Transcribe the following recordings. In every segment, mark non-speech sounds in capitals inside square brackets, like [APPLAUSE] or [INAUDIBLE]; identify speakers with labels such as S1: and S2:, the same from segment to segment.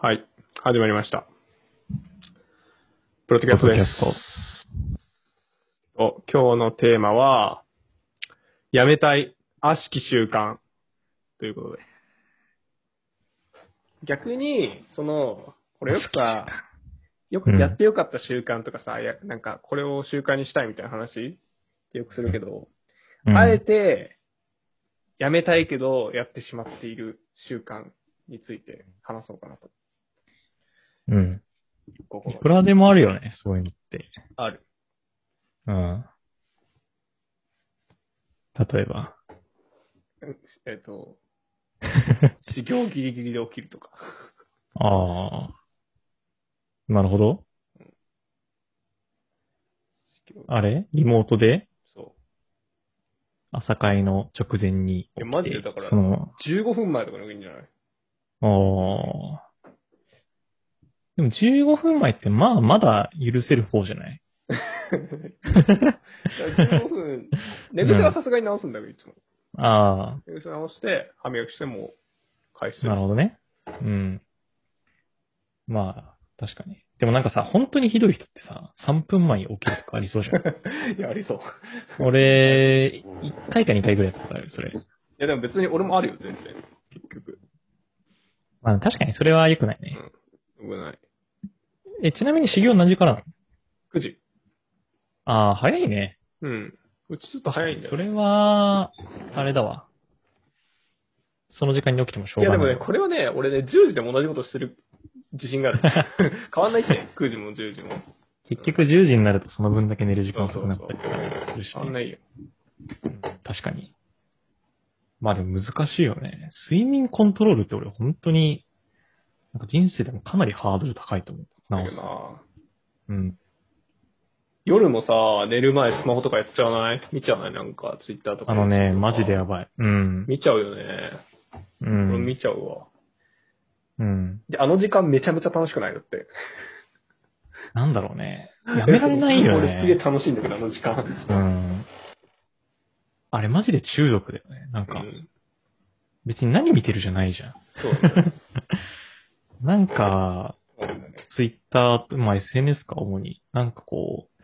S1: はい。始まりました。プロテキャストです。
S2: プロテ
S1: お、今日のテーマは、やめたい悪しき習慣ということで。逆に、その、これよくさ、よく
S2: うん
S1: やってよかった習慣とかさ、やなんかこれを習慣にしたいみたいな話ってよくするけど、
S2: うん
S1: あえて、やめたいけど、やってしまっている習慣について話そうかなと。
S2: うん。
S1: ここ
S2: いくらでもあるよね、そういうのって。
S1: ある。
S2: うん。例えば。
S1: えっ、と、
S2: [LAUGHS]
S1: 授業ギリギリで起きるとか。
S2: ああ。なるほど。
S1: 授業
S2: あれリモートで
S1: そ
S2: 朝会の直前に起きて。
S1: いやマジでだから
S2: その、
S1: う。15分前とかに起きるんじゃ
S2: [LAUGHS]
S1: ない
S2: ああ。でも15分前って、まあ、まだ許せる方じゃない
S1: ?15 分、寝癖はさすがに直すんだけど、いつも。
S2: あ
S1: 寝癖直して、歯磨きしても、開始する
S2: あ、なる。ほどね。うん。まあ、確かに。でもなんかさ、本当にひどい人ってさ、3分前に起きるとかありそうじゃん。
S1: いや、ありそう。い
S2: 俺、1回か2回ぐらいやったことある、それ。
S1: や、でも別に俺もあるよ、全然。結局。
S2: まあ確かにそれは良くないね。
S1: 危ない。
S2: え、ちなみに修行何時からなの
S1: 9時。
S2: ああ、早いね。
S1: うん。うちちょっと早いんだよ
S2: そ。れは、あれだわ。その時間に起きてもしょ
S1: いうや
S2: が
S1: でも
S2: ない。
S1: ね、これはね、俺ね、10時でも同じことしてる自信がある。変わんないって、9時も10時も。
S2: [LAUGHS] 結局10時になるとその分だけ寝る時間
S1: そ
S2: 遅
S1: うそ
S2: く
S1: う
S2: な
S1: そう
S2: ったりとかするし、
S1: 変わんな
S2: ね、
S1: いよ。
S2: 確かに。まあでも難しいよね。睡眠コントロールって俺本当に、なんか人生でもかなりハードル高いと思う。
S1: だ
S2: 直
S1: け
S2: す
S1: ど。な
S2: うん。
S1: 夜もさ、寝る前スマホとかやっちゃわない見ちゃわないなんか、ツイッターとか。
S2: あのね、マジで。やばい。うん。
S1: 見ちゃうよね。
S2: う
S1: 俺
S2: ん。
S1: 見ちゃうわ。
S2: うん。
S1: で、あの時間めちゃめちゃ楽しくないだって。
S2: なんだろうね。やめられないよ
S1: 俺
S2: ね。
S1: すげえ楽しいんだけど、あの時間。
S2: うん。あれマジで中毒だよね。なん
S1: う
S2: か、
S1: ん
S2: 別に何見てるじゃないじゃん。
S1: そうなんだよ。
S2: なんか、
S1: そうなんだよね
S2: ツイッター、まあ、SNS か主に、なんかこう、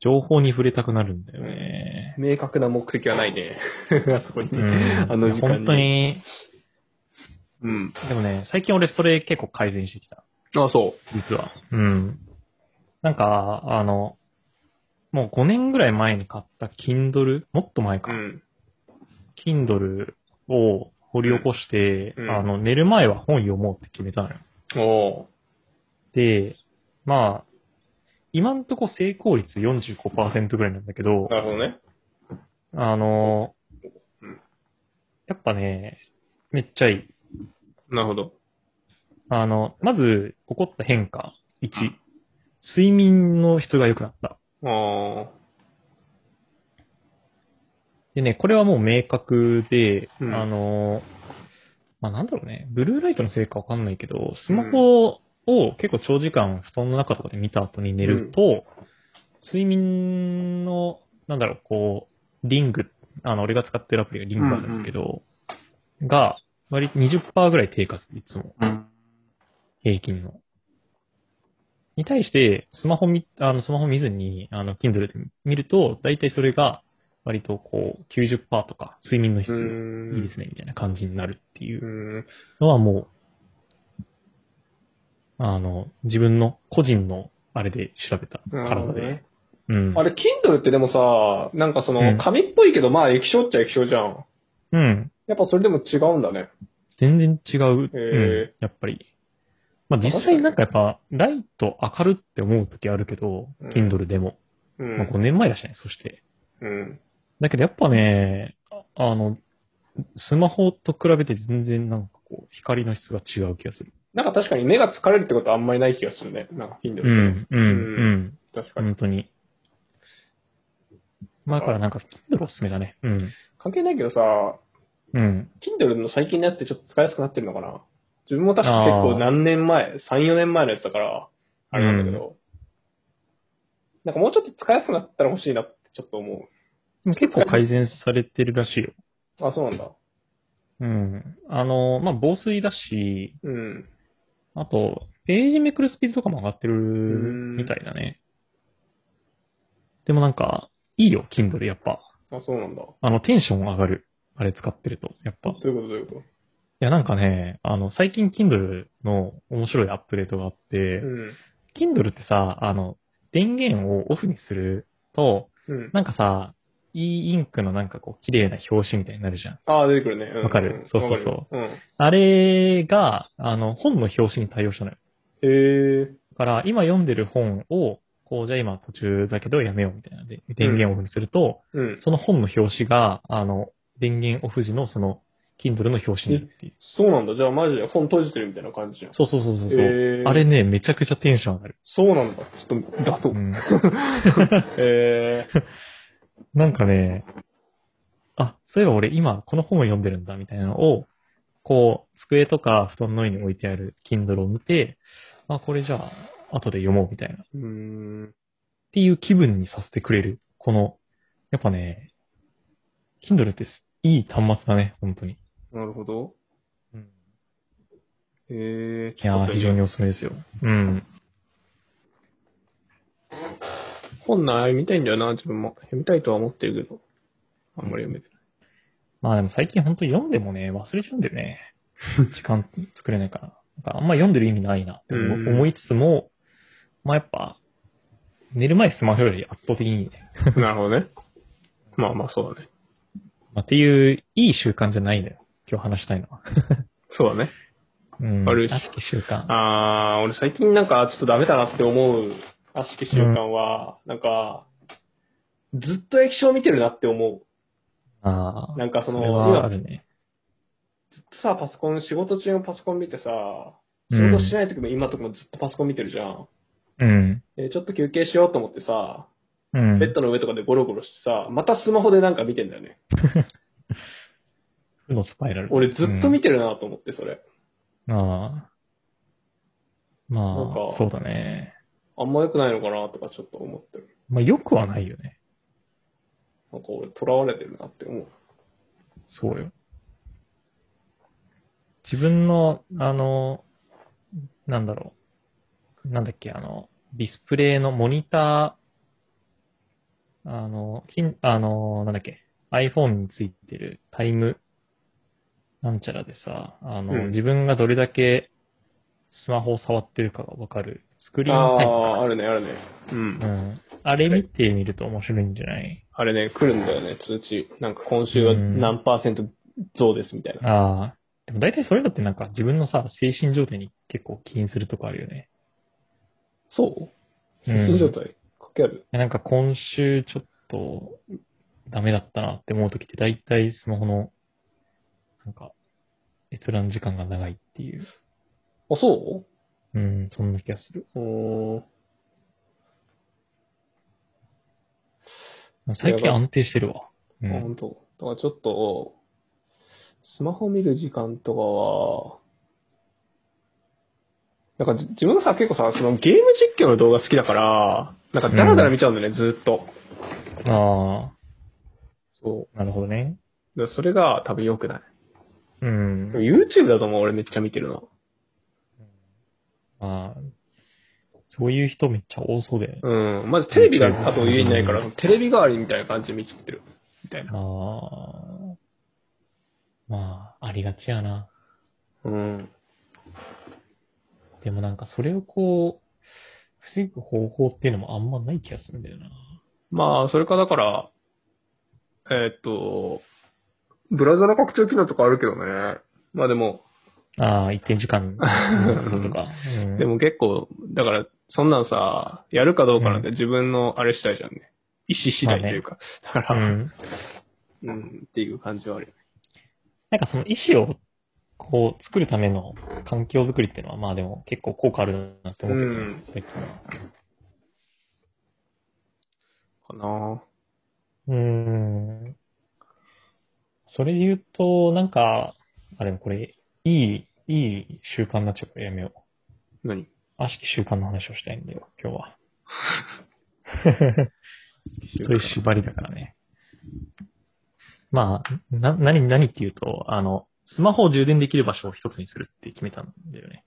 S2: 情報に触れたくなるんだよね。
S1: 明確な目的はないね。 [LAUGHS] あそこに。
S2: うん。
S1: あの時間に。
S2: 本当。に、
S1: うん。
S2: でもね、最近俺それ結構改善してきた。
S1: あ、そ
S2: 実は。うん。なんか、あの、もう5年ぐらい前に買った Kindle? もっと前
S1: う。
S2: か。
S1: うん
S2: Kindle を掘り起こして、
S1: うん
S2: あの、寝る前は本読もうって決めたのよ。
S1: お
S2: で、まあ、今んとこ成功率45%ぐらいなんだけど
S1: ー。、なるほどね。
S2: あの
S1: うん、
S2: やっぱね、めっちゃいい。
S1: なるほど。
S2: あの、まず、起こった変化。1、睡眠の質が良くなった。
S1: あ
S2: でね、これはもう明確で、
S1: うん
S2: あの、まあ、なんだろうね、ブルーライトのせいかわかんないけど、スマホを結構長時間布団の中とかで見た後に寝ると、睡眠の、なんだろう、こう、リング、あの、俺が使ってるアプリがリングあるんだけど、が、割と20%ぐらい低下する、いつも、
S1: あ。うん。
S2: 平均の。に対して、スマホ見、あの、スマホ見ずに、あの、Kindle で見ると、だいたいそれが、割とこう、90%とか、睡眠の質、いいです
S1: ね。。
S2: ね、みたいな感じになるっていううんのはもう、あの、自分の個人のあれで調べた
S1: なるほどね
S2: 体で。。うん
S1: あ。れ、Kindle ってでもさ、なんかそ
S2: うん
S1: の、紙っぽいけど、まあ液晶っちゃ液晶じゃん。
S2: うん。
S1: やっぱそれでも違うんだね。
S2: 全然違う。
S1: へー
S2: うん、やっぱり。まあ実際なんかやっぱ、ライト明るって思う時あるけど
S1: うん、
S2: Kindle でも。
S1: う
S2: まあ5
S1: ん。
S2: 年前だしね、そして。
S1: うん。
S2: だけどやっぱね、ああの、スマホと比べて全然なんかこう、光の質が違う気がする。
S1: なんか確かに目が疲れるってことはあんまりない気がするね。なんか Kindle って
S2: う
S1: ね。
S2: ん、うん、うん。
S1: 確かに。
S2: 本当に。まあ、だからなんか、Kindle おすすめだね。うん。
S1: 関係ないけどさ、
S2: うん。
S1: Kindle の最近のやつってちょっと使いやすくなってるのかな自分も確か結構何年前、3、4年前のやつだから、あれなんだけど。なんかもうちょっと使いやすくなったら欲しいなってちょっと思
S2: でも結構改善されてるらしいよ。
S1: う。あ、そうなんだ。
S2: うん。あの、まあ、防水だし、
S1: うん。
S2: あと、ページめくるスピードとかも上がってる
S1: ん
S2: みたいだね。でもなんか、いいよ、Kindle やっぱ。
S1: あ、そうなんだ。ど
S2: あの、テンション上がる。あれ使ってると、やっぱ。いう
S1: いうことどういうこ
S2: や、なんかね、あの、最近 Kindle の面白いアップデートがあって、
S1: とうん。
S2: Kindle ってさ、あの、電源をオフにすると、
S1: うん。
S2: なんかさ、いいインクのなんかこう、綺麗な表紙みたいになるじゃん。
S1: ああ、出てくるね。うん。
S2: わかるそうそうそう
S1: わかるよ
S2: あれが、あの、本の表紙に対応したのよ。
S1: うん。へえ。
S2: だから、今読んでる本を、こう、じゃあ今途中だけどやめようみたいなで、電源オフにすると、
S1: うん。
S2: その本の表紙が、あの、電源オフ時のその、Kindle の表紙になるっていう。
S1: そうなんだ。じゃあマジで本閉じてるみたいな感じじゃん。
S2: そうそうそうそうそう、
S1: へー
S2: あれね、めちゃくちゃテンション上がる。
S1: そうなんだ。ちょっと出そうう。[LAUGHS]
S2: ん
S1: へえ。
S2: なんかね、あ、そういえば俺今この本を読んでるんだみたいなのを、こう、机とか布団の上に置いてある Kindle を見て、あ、これじゃあ、後で読もうみたいな。っ
S1: うーん。
S2: ていう気分にさせてくれる。この、やっぱね、Kindle ってすいい端末だね、本当に。
S1: なるほど。
S2: うん、
S1: へえ。
S2: いやー、非常におすすめですよ。うん。
S1: 本な読みたいんだよな、自分も。読みたいとは思ってるけど。あんまり読めてない。
S2: まあでも最近本当に読んでもね、忘れちゃうんだ
S1: [LAUGHS]
S2: よね。時間作れないから。なんかあんま読んでる意味ないなって思
S1: うん
S2: 思いつつも、まあやっぱ、寝る前スマホより圧倒的にいいね。
S1: なるほどね。まあまあ、そうだね。
S2: まあっていう、いい習慣じゃないんだよ。今日話したいのは。
S1: そうだね。
S2: うん。
S1: 悪い
S2: 悪しき習慣。
S1: あー、俺最近なんかちょっとダメだなって思う悪しき習慣は、なんか、ずっと液晶見てるなって思う。
S2: ああ。
S1: なんかその
S2: れはあるね。
S1: ずっとさ、パソコン、仕事中もパソコン見てさ、
S2: う
S1: 仕事し
S2: ん。
S1: ない時も今とかもずっとパソコン見てるじゃん。
S2: うん。
S1: でちょっと休憩しようと思ってさ、
S2: うん
S1: ベッ。ドの上とかでゴロゴロしてさ、またスマホでなんか見てんだよね。
S2: 負のスパイラル。
S1: 俺ずっと見てるなと思って、それ。
S2: うんああ。ま
S1: なんか
S2: あ、そうだね。
S1: あんま良くないのかなとかちょっと思ってる。
S2: まあ、よくはないよね。
S1: なんか俺囚われてるなって思う。
S2: そうよ。自分の、あの、なんだろう。なんだっけ、あの、ディスプレイのモニター、あの、ひんあの、なんだっけ、iPhone についてるタイム、なんちゃらでさ、あの、
S1: うん
S2: 自分がどれだけスマホを触ってるかがわかるスクリーンタイム
S1: あー、あるね、あるね。うん
S2: か。うん。あれ見てみると面白いんじゃない
S1: あれね、来るんだよね、通知。なんか今週は何パーセント増ですみたいな。
S2: ああ。でも大体そういうのってなんか自分のさ、精神状態に結構起因するとこあるよね。
S1: そう精
S2: うん
S1: 神状態かけある。
S2: なんか今週ちょっとダメだったなって思うときって大体スマホのなんか閲覧時間が長いっていう。
S1: あ、そ
S2: うん、そんな気がする。
S1: ううーん。
S2: 最近安定してるわ。う
S1: あ、
S2: ん。
S1: 本当。だからちょっと、スマホ見る時間とかは、なんかじ自分がさ、結構さ、そのゲーム実況の動画好きだから、なんかダラダラ見ちゃうんだよね、ずーっと。
S2: あ
S1: そ
S2: あ、なるほどね。
S1: う。だからそれが多分良くない。
S2: うん
S1: でも。YouTube だと思う、俺めっちゃ見てるな。
S2: まあ、そういう人めっちゃ多そうだよね。
S1: うん。まずテレビが、あと家にないから、テレビ代わりみたいな感じで見ちゃってる。みたいな。
S2: ああ。まあ、ありがちやな。
S1: うん。
S2: でもなんかそれをこう、防ぐ方法っていうのもあんまない気がするんだよな。
S1: まあ、それかだから、えーっと、ブラウザの拡張機能とかあるけどね。まあでも、
S2: ああ、一定時間するとか。うん
S1: でも結構、だから、そんなんさ、やるかどうかなんて自分のあれしたいじゃんね。意思次第というか。だか
S2: う
S1: ら、
S2: ん。
S1: うん、っていう感じはあるよね。
S2: なんかその意思を、こう、作るための環境づくりっていうのは、まあでも結構効果あるなって思ってる、
S1: うん
S2: 最近は。
S1: かな
S2: うん。それで言うと、なんか、あ、でもこれ、いい、いい習慣になっちゃうからやめよう。
S1: 何
S2: 悪しき習慣の話をしたいんだよ、今日 [LAUGHS] は。それ縛りだからね。まあ、な、何、何っていうと、あの、スマホを充電できる場所を一つにするって決めたんだよね。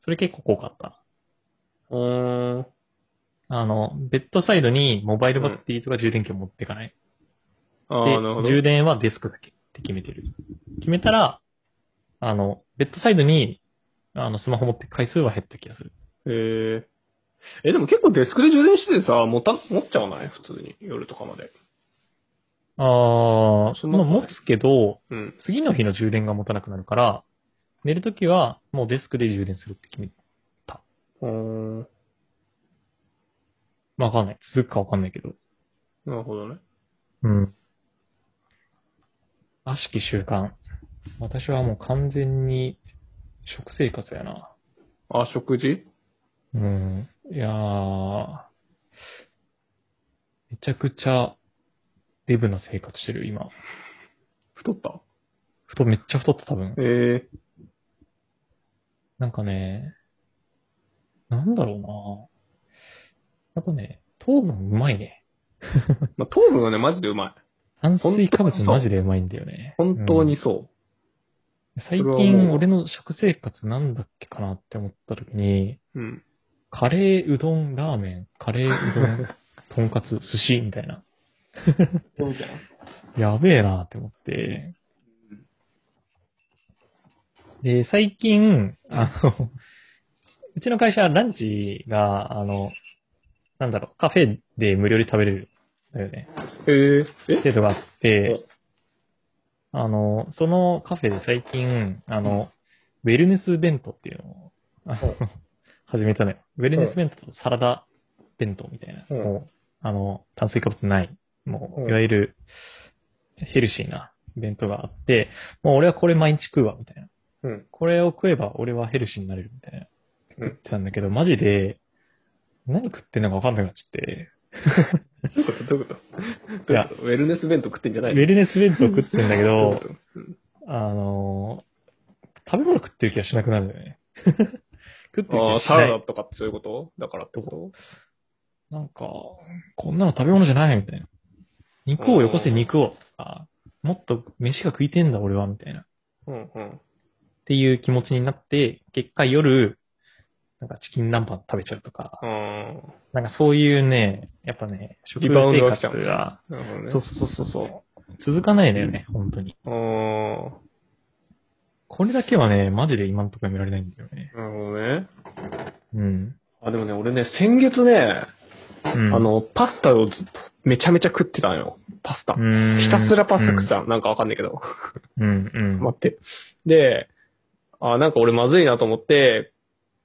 S2: それ結構効果あった。
S1: うーん。
S2: あの、ベッドサイドにモバイルバッテリーとか充電器を持っていかない。
S1: あ
S2: で
S1: あ、なるほど。
S2: 充電はデスクだけって決めてる。決めたら、あの、ベッドサイドに、あの、スマホ持ってく回数は減った気がする。
S1: えええ、でも結構デスクで充電しててさ、持た、持っちゃわない普通に。夜とかまで。
S2: ああ、
S1: そんな
S2: まあ
S1: ことない
S2: 持つけど、
S1: うん。
S2: 次の日の充電が持たなくなるから、寝るときはもうデスクで充電するって決めて、
S1: うーん。
S2: まあわかんない。続くかわかんないけど。
S1: なるほどね。
S2: うん。悪しき習慣。私はもう完全に食生活やな。
S1: あ、食事
S2: うん。いやー、めちゃくちゃデブな生活してる、今。
S1: 太った
S2: 太、めっちゃ太った多分。
S1: ええ
S2: なんかね、なんだろうなやっぱね、糖分うまいね。
S1: まあ、糖分はね、マジでうまい。
S2: 炭水化
S1: 本当に
S2: 物
S1: そう
S2: マジでうまいんだよね。
S1: 本当
S2: う
S1: に
S2: ん
S1: そそ
S2: 最
S1: れはも
S2: 近
S1: う
S2: 俺の食生活なんだっけかなって思った時に、
S1: う。うん。
S2: カレー、うどん、ラーメン、カレー、うど
S1: [LAUGHS]
S2: ん、とんかつ、寿司みたいな。
S1: そうじゃん。
S2: やべえなって思って。で、最近、あの、うちの会社ランチが、あの、なんだろう、カフェで無料で食べれるんだよね。
S1: えええ
S2: 制度があって、あの、そのカフェで最近、あの、ウェルネス弁当っていうのを、あの
S1: う
S2: 始めたのよ。ウェルネス弁当とサラダ弁当みたいな。
S1: うん
S2: もう、あの、炭水化物ない、も
S1: うん
S2: う、いわゆる、ヘルシーな弁当があって、もう俺はこれ毎日食うわ、みたいな。
S1: うん。
S2: これを食えば俺はヘルシーになれる、みたいな。
S1: うん
S2: 食ってたんだけど、マジで、何食ってんのかわかんなくなっちゃって。
S1: どういうことどういうことどういうことウェルネス弁当食ってんじゃ
S2: ウ
S1: ない
S2: ェルネス弁当食ってんだけ
S1: どうい
S2: ど
S1: うこ、とうん
S2: あのー食べ物食ってる気がしなくなるんだよ
S1: [LAUGHS]
S2: ね。食ってる気
S1: あ
S2: が
S1: あ、
S2: し
S1: サ
S2: な
S1: ラダ
S2: い。
S1: とかってそういうことだからってこ
S2: なんか、こんなの食べ物じゃないみたいな。肉をよこせ
S1: うん
S2: 肉をとか、もっと飯が食いてんだ俺は、みたいな。っ
S1: とうんうん。
S2: ていう気持ちになって、結果夜、なんかチキン南蛮食べちゃうとか、
S1: あ
S2: なんかそういうね、やっぱね、食
S1: リバウンド
S2: 生
S1: が来ちゃう
S2: 活が、
S1: あ、なるほどね。
S2: そうそうそうそう、続かないんだよね、本当に。
S1: あ
S2: これだけはね、マジで今のところやめられないんだよね。
S1: あ、なるほどね。
S2: うん。
S1: あ、でもね、俺ね、先月ね、
S2: うん、
S1: あ、の、パスタをずっとめちゃめちゃ食ってたのよ。パスタ。ひ
S2: ひ
S1: たすらパスタ食ってたの。なんかわかんないけど。 [LAUGHS]
S2: うん、うん。
S1: 待って。で、あ、なんか俺まずいなと思って、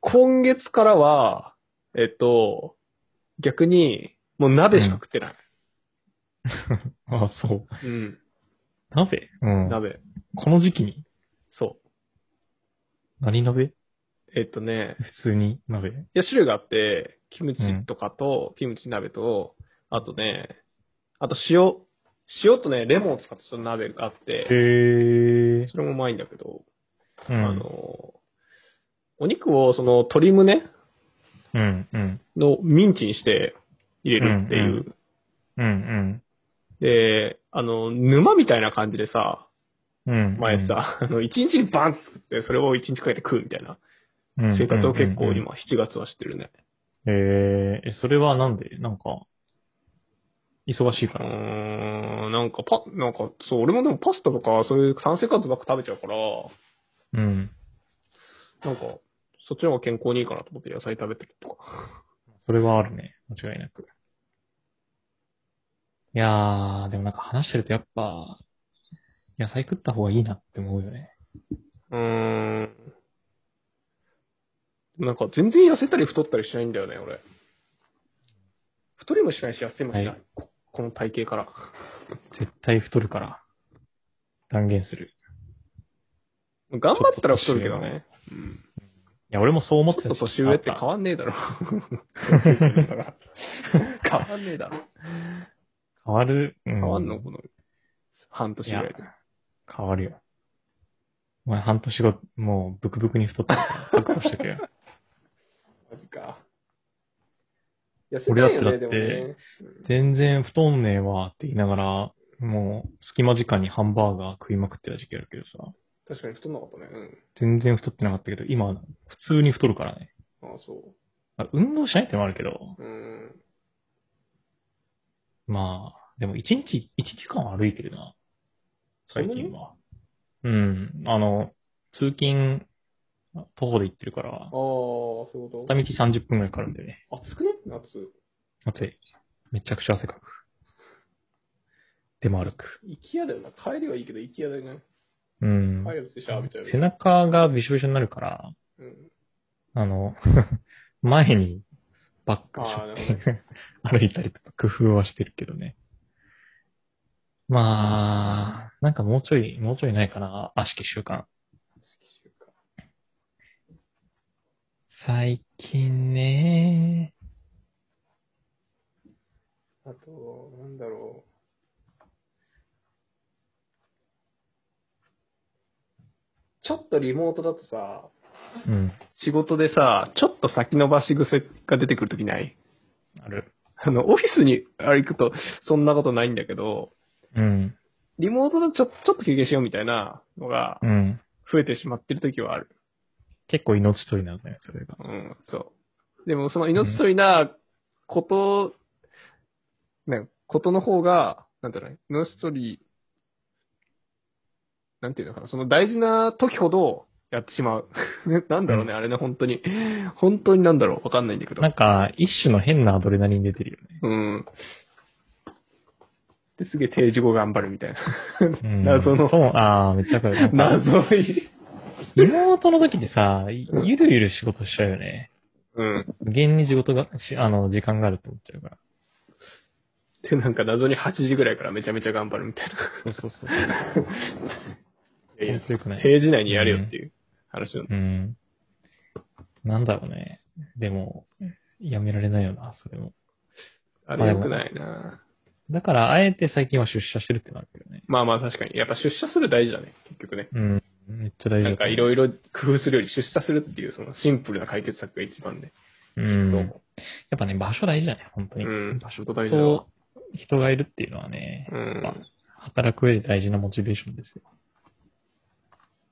S1: 今月からは、えっと、逆に、もう鍋しか食ってない。
S2: あ、そ
S1: う
S2: う。
S1: ん。
S2: 鍋うん。
S1: 鍋。
S2: この時期に
S1: そ
S2: 何鍋
S1: う。えっとね、
S2: 普通に鍋
S1: いや、種類があって、キムチとかと、キムチ鍋と、あとね、あと塩、塩とね、レモンを使ったちょっと鍋があって、
S2: へえ。
S1: それもうまいんだけど、あ
S2: う
S1: の
S2: ん。、
S1: お肉をその鶏胸
S2: うん、うん。
S1: のミンチにして入れるっていう、
S2: うんううん、
S1: で、あの、沼みたいな感じでさ、
S2: うん。うん。
S1: 前さ、あの、一日にバンって作って、それを一日かけて食うみたいな
S2: うん、
S1: 生活を結構
S2: うん。
S1: 今、7月はしてるね。
S2: へえ、えそれはなんでなんか、忙しいか
S1: うー
S2: ら。
S1: ん、なんかパ、なんか、そう、俺もでもパスタとか、そういう炭水化物ばっか食べちゃうから、
S2: うん。
S1: なんか、そっちの方が健康にいいかなと思って野菜食べてるとか。
S2: それはあるね。間違いなく。いやー、でもなんか話してるとやっぱ、野菜食った方がいいなって思うよね。
S1: うーん。なんか、全然痩せたり太ったりしないんだよね、俺。太りもしないし、痩せもしない。
S2: はい
S1: ここの体型から。
S2: 絶対太るから。断言する。
S1: 頑張ったら太るけどね。うん。
S2: いや、俺もそう思っ
S1: ち
S2: て
S1: ょ
S2: た
S1: っと年上って変わんねえだろ。 [LAUGHS] 変わんねえだろ。
S2: 変わる。うん、
S1: 変わんのこの、半年ぐらいで。
S2: 変わるよ。お前半年後、もうブクブクに太ったから。覚悟しとけよ。
S1: マジか。痩せ
S2: 俺だ
S1: た
S2: っ
S1: い
S2: て
S1: よね、
S2: だって
S1: でもね。
S2: [LAUGHS] 全然太んねえわって言いながら、もう隙間時間にハンバーガー食いまくってた時期あるけどさ。
S1: 確かに太んなかったね。うん。
S2: 全然太ってなかったけど、今、普通に太るからね。
S1: ああ、そ
S2: まあ運動しないってのもあるけど、
S1: う。うん。
S2: まあ、でも1日、1時間は歩いてるな。最近は。うん。あの、通勤、徒歩で行ってるか
S1: あ
S2: ら
S1: あ、、そういうこ
S2: 片道30分くらいかかるんだよね。
S1: と。暑くね夏。
S2: 暑い。めちゃくちゃ汗かく。でも歩く。
S1: 行き屋だよな。帰りはいいけど、行き屋だよね。
S2: うん。
S1: 帰りはシャーみたいな。
S2: 背中がびしょびしょになるから、
S1: うん。
S2: あの、 [LAUGHS] 前にバックし
S1: あー
S2: ょって [LAUGHS] 歩いたりとか工夫はしてるけどね。まあ、なんかもうちょい、もうちょいないかな、悪しき習慣。
S1: 式集か。
S2: 最近ね、
S1: あと、なんだろう。ちょっとリモートだとさ、
S2: うん、
S1: 仕事でさ、ちょっと先延ばし癖が出てくるときない
S2: ある。
S1: あの、オフィスにあれ行くとそんなことないんだけど、
S2: うん、
S1: リモートだとちょちょっと休憩しようみたいなのが
S2: うん。
S1: 増えてしまってるときはある。
S2: 結構命取りなんだよ、それが。
S1: うん、そう。でもその命取りなこと、ね、ことの方が、なんていうの、命取り、なんていうのかな、その大事な時ほどやってしまう。 [LAUGHS] ねなんだろうね、あれね、本当に。本当になんだろう、わかんないんだけど
S2: な。んか、一種の変なアドレナリン出てるよね。
S1: うん。で、すげえ定時後頑張るみたいな。 [LAUGHS]
S2: うん、
S1: 謎の
S2: そう、ああ、めっちゃわかる。なんか
S1: 謎い。
S2: 妹の時ってさ、いゆるゆる仕事しちゃうよね。
S1: うん。
S2: 無限に仕事が、しあの、時間があると思っちゃうから。
S1: で、なんか謎に8時ぐらいからめちゃめちゃ頑張るみたい
S2: そうそうそう。
S1: な。いやいや
S2: よくない。
S1: 定時内にやれよっていう話なの。
S2: うん。なんだろうね。でも、やめられないよな、それも。
S1: あれ良くないな
S2: だから、あえて最近は出社してるってなるけどね。
S1: まあまあ確かに。やっぱ出社する大事だね、結局ね。
S2: うん。めっちゃ大事だと思う。
S1: なんかいろいろ工夫するより出社するっていうそのシンプルな解決策が一番で。
S2: うん。
S1: どう
S2: や
S1: も
S2: っぱね、場所大事だね、本当に。
S1: うん
S2: 場所
S1: 本当大事だわ
S2: と、人がいるっていうのはね、
S1: う
S2: やっぱ
S1: ん。
S2: 働く上で大事なモチベーションですよ。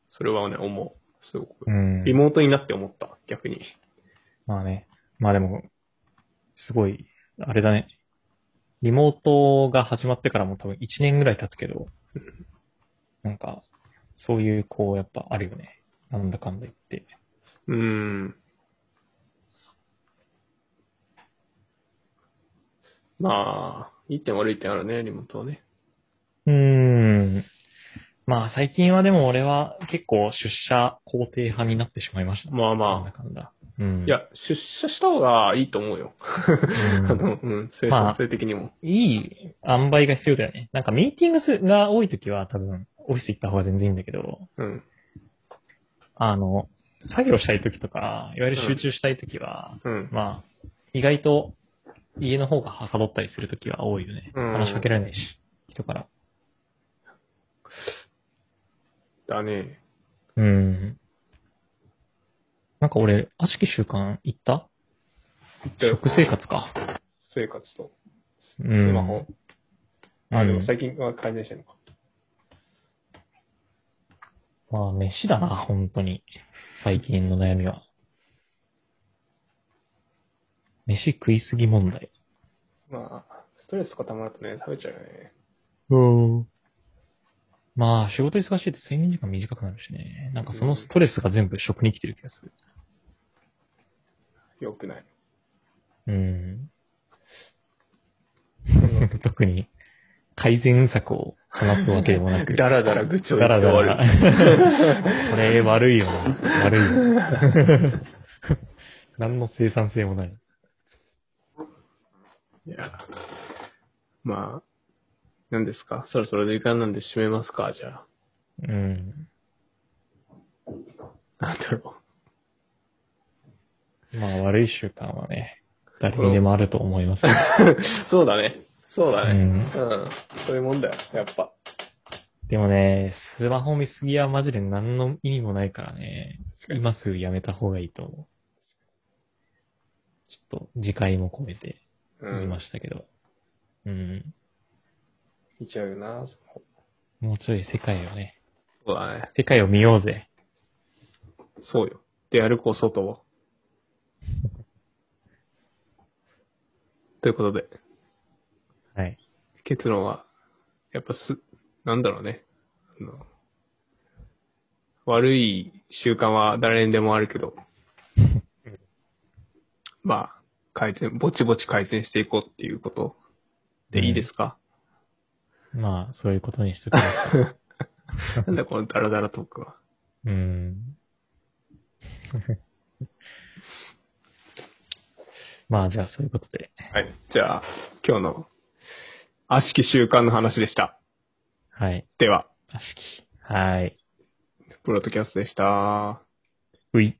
S1: それはね、思う。すごく
S2: う。ん。
S1: リモートになって思った、逆に。
S2: まあね。まあでも、すごい、あれだね。リモートが始まってからも多分1年ぐらい経つけど、なんか、そういう、こう、やっぱあるよね。なんだかんだ言って。
S1: うん。まあ、いい点悪い点あるね、リモートはね。
S2: うーん。まあ最近はでも俺は結構出社肯定派になってしまいました。
S1: まあ
S2: なん
S1: ま
S2: だかんだ。うん。
S1: あ。い、や、出社した方がいいと思うよ。
S2: ん
S1: [LAUGHS] あの、うん、生産性的にも。
S2: いい塩梅が必要だよね。なんかミーティングすが多い時は多分、オフィス行った方が全然いいんだけど、
S1: うん。
S2: あの、作業したい時とか、いわゆる集中したい時は、
S1: うん。
S2: まあ、意外と家の方がはかどったりする時は多いよね。
S1: うん
S2: 話しかけられないし、人から。
S1: だね。
S2: うん。なんか俺、悪しき習慣行った食生活か。
S1: 生活と。ス
S2: うん
S1: マホ。
S2: うん
S1: あ、でも最近は改善してるのか。
S2: まあ、飯だな、本当に。最近の悩みは。飯食いすぎ問題。
S1: まあ、ストレスとか溜まるとね、食べちゃうよね。
S2: うん。まあ、仕事忙しいと睡眠時間短くなるしね。なんかそのストレスが全部食に来てる気がする。
S1: よく
S2: [LAUGHS]
S1: ない。
S2: うん。
S1: ん
S2: [LAUGHS] 特に改善策を話すわけでもな
S1: [LAUGHS]
S2: く。
S1: だらだら愚痴を言
S2: だ
S1: っ
S2: ら
S1: て終
S2: だ
S1: わ
S2: ら。
S1: る。
S2: これ悪いよな。悪いよ。何の生産性もない。
S1: いや。まあ、何ですかそろそろ時間なんで締めますかじゃ
S2: うん。
S1: あ。なんだろ
S2: まあ悪い習慣はね、誰にでもあると思います。
S1: う。そうだね。そうだね。う。
S2: うん
S1: そういうもんだよ、やっぱ。
S2: でもね、スマホ見すぎはマジで何の意味もないからね、今すぐやめた方がいいと思う。ちょっと、次回も込めて
S1: う
S2: 言いま
S1: ん。
S2: したけど。うん。
S1: 見ちゃうよな、そ
S2: もうちょい世界をね、
S1: そうだね。
S2: 世界を見ようぜ。
S1: そうよ。で、歩こう、外を。ということで、
S2: はい。
S1: 結論は、やっぱす、なんだろうね。あの悪い習慣は誰にでもあるけど、まあ、改善、ぼちぼち改善していこうっていうことでいいですか、
S2: まあ、そういうことにしときます
S1: [LAUGHS] なんだこのダラダラトークは。
S2: うん。 [LAUGHS] まあ、じゃあ、そういうことで。
S1: はい。じゃあ、今日の、悪しき習慣の話でした。
S2: はい。
S1: では、
S2: 悪しき。はい。
S1: プロトキャストでした。
S2: うい。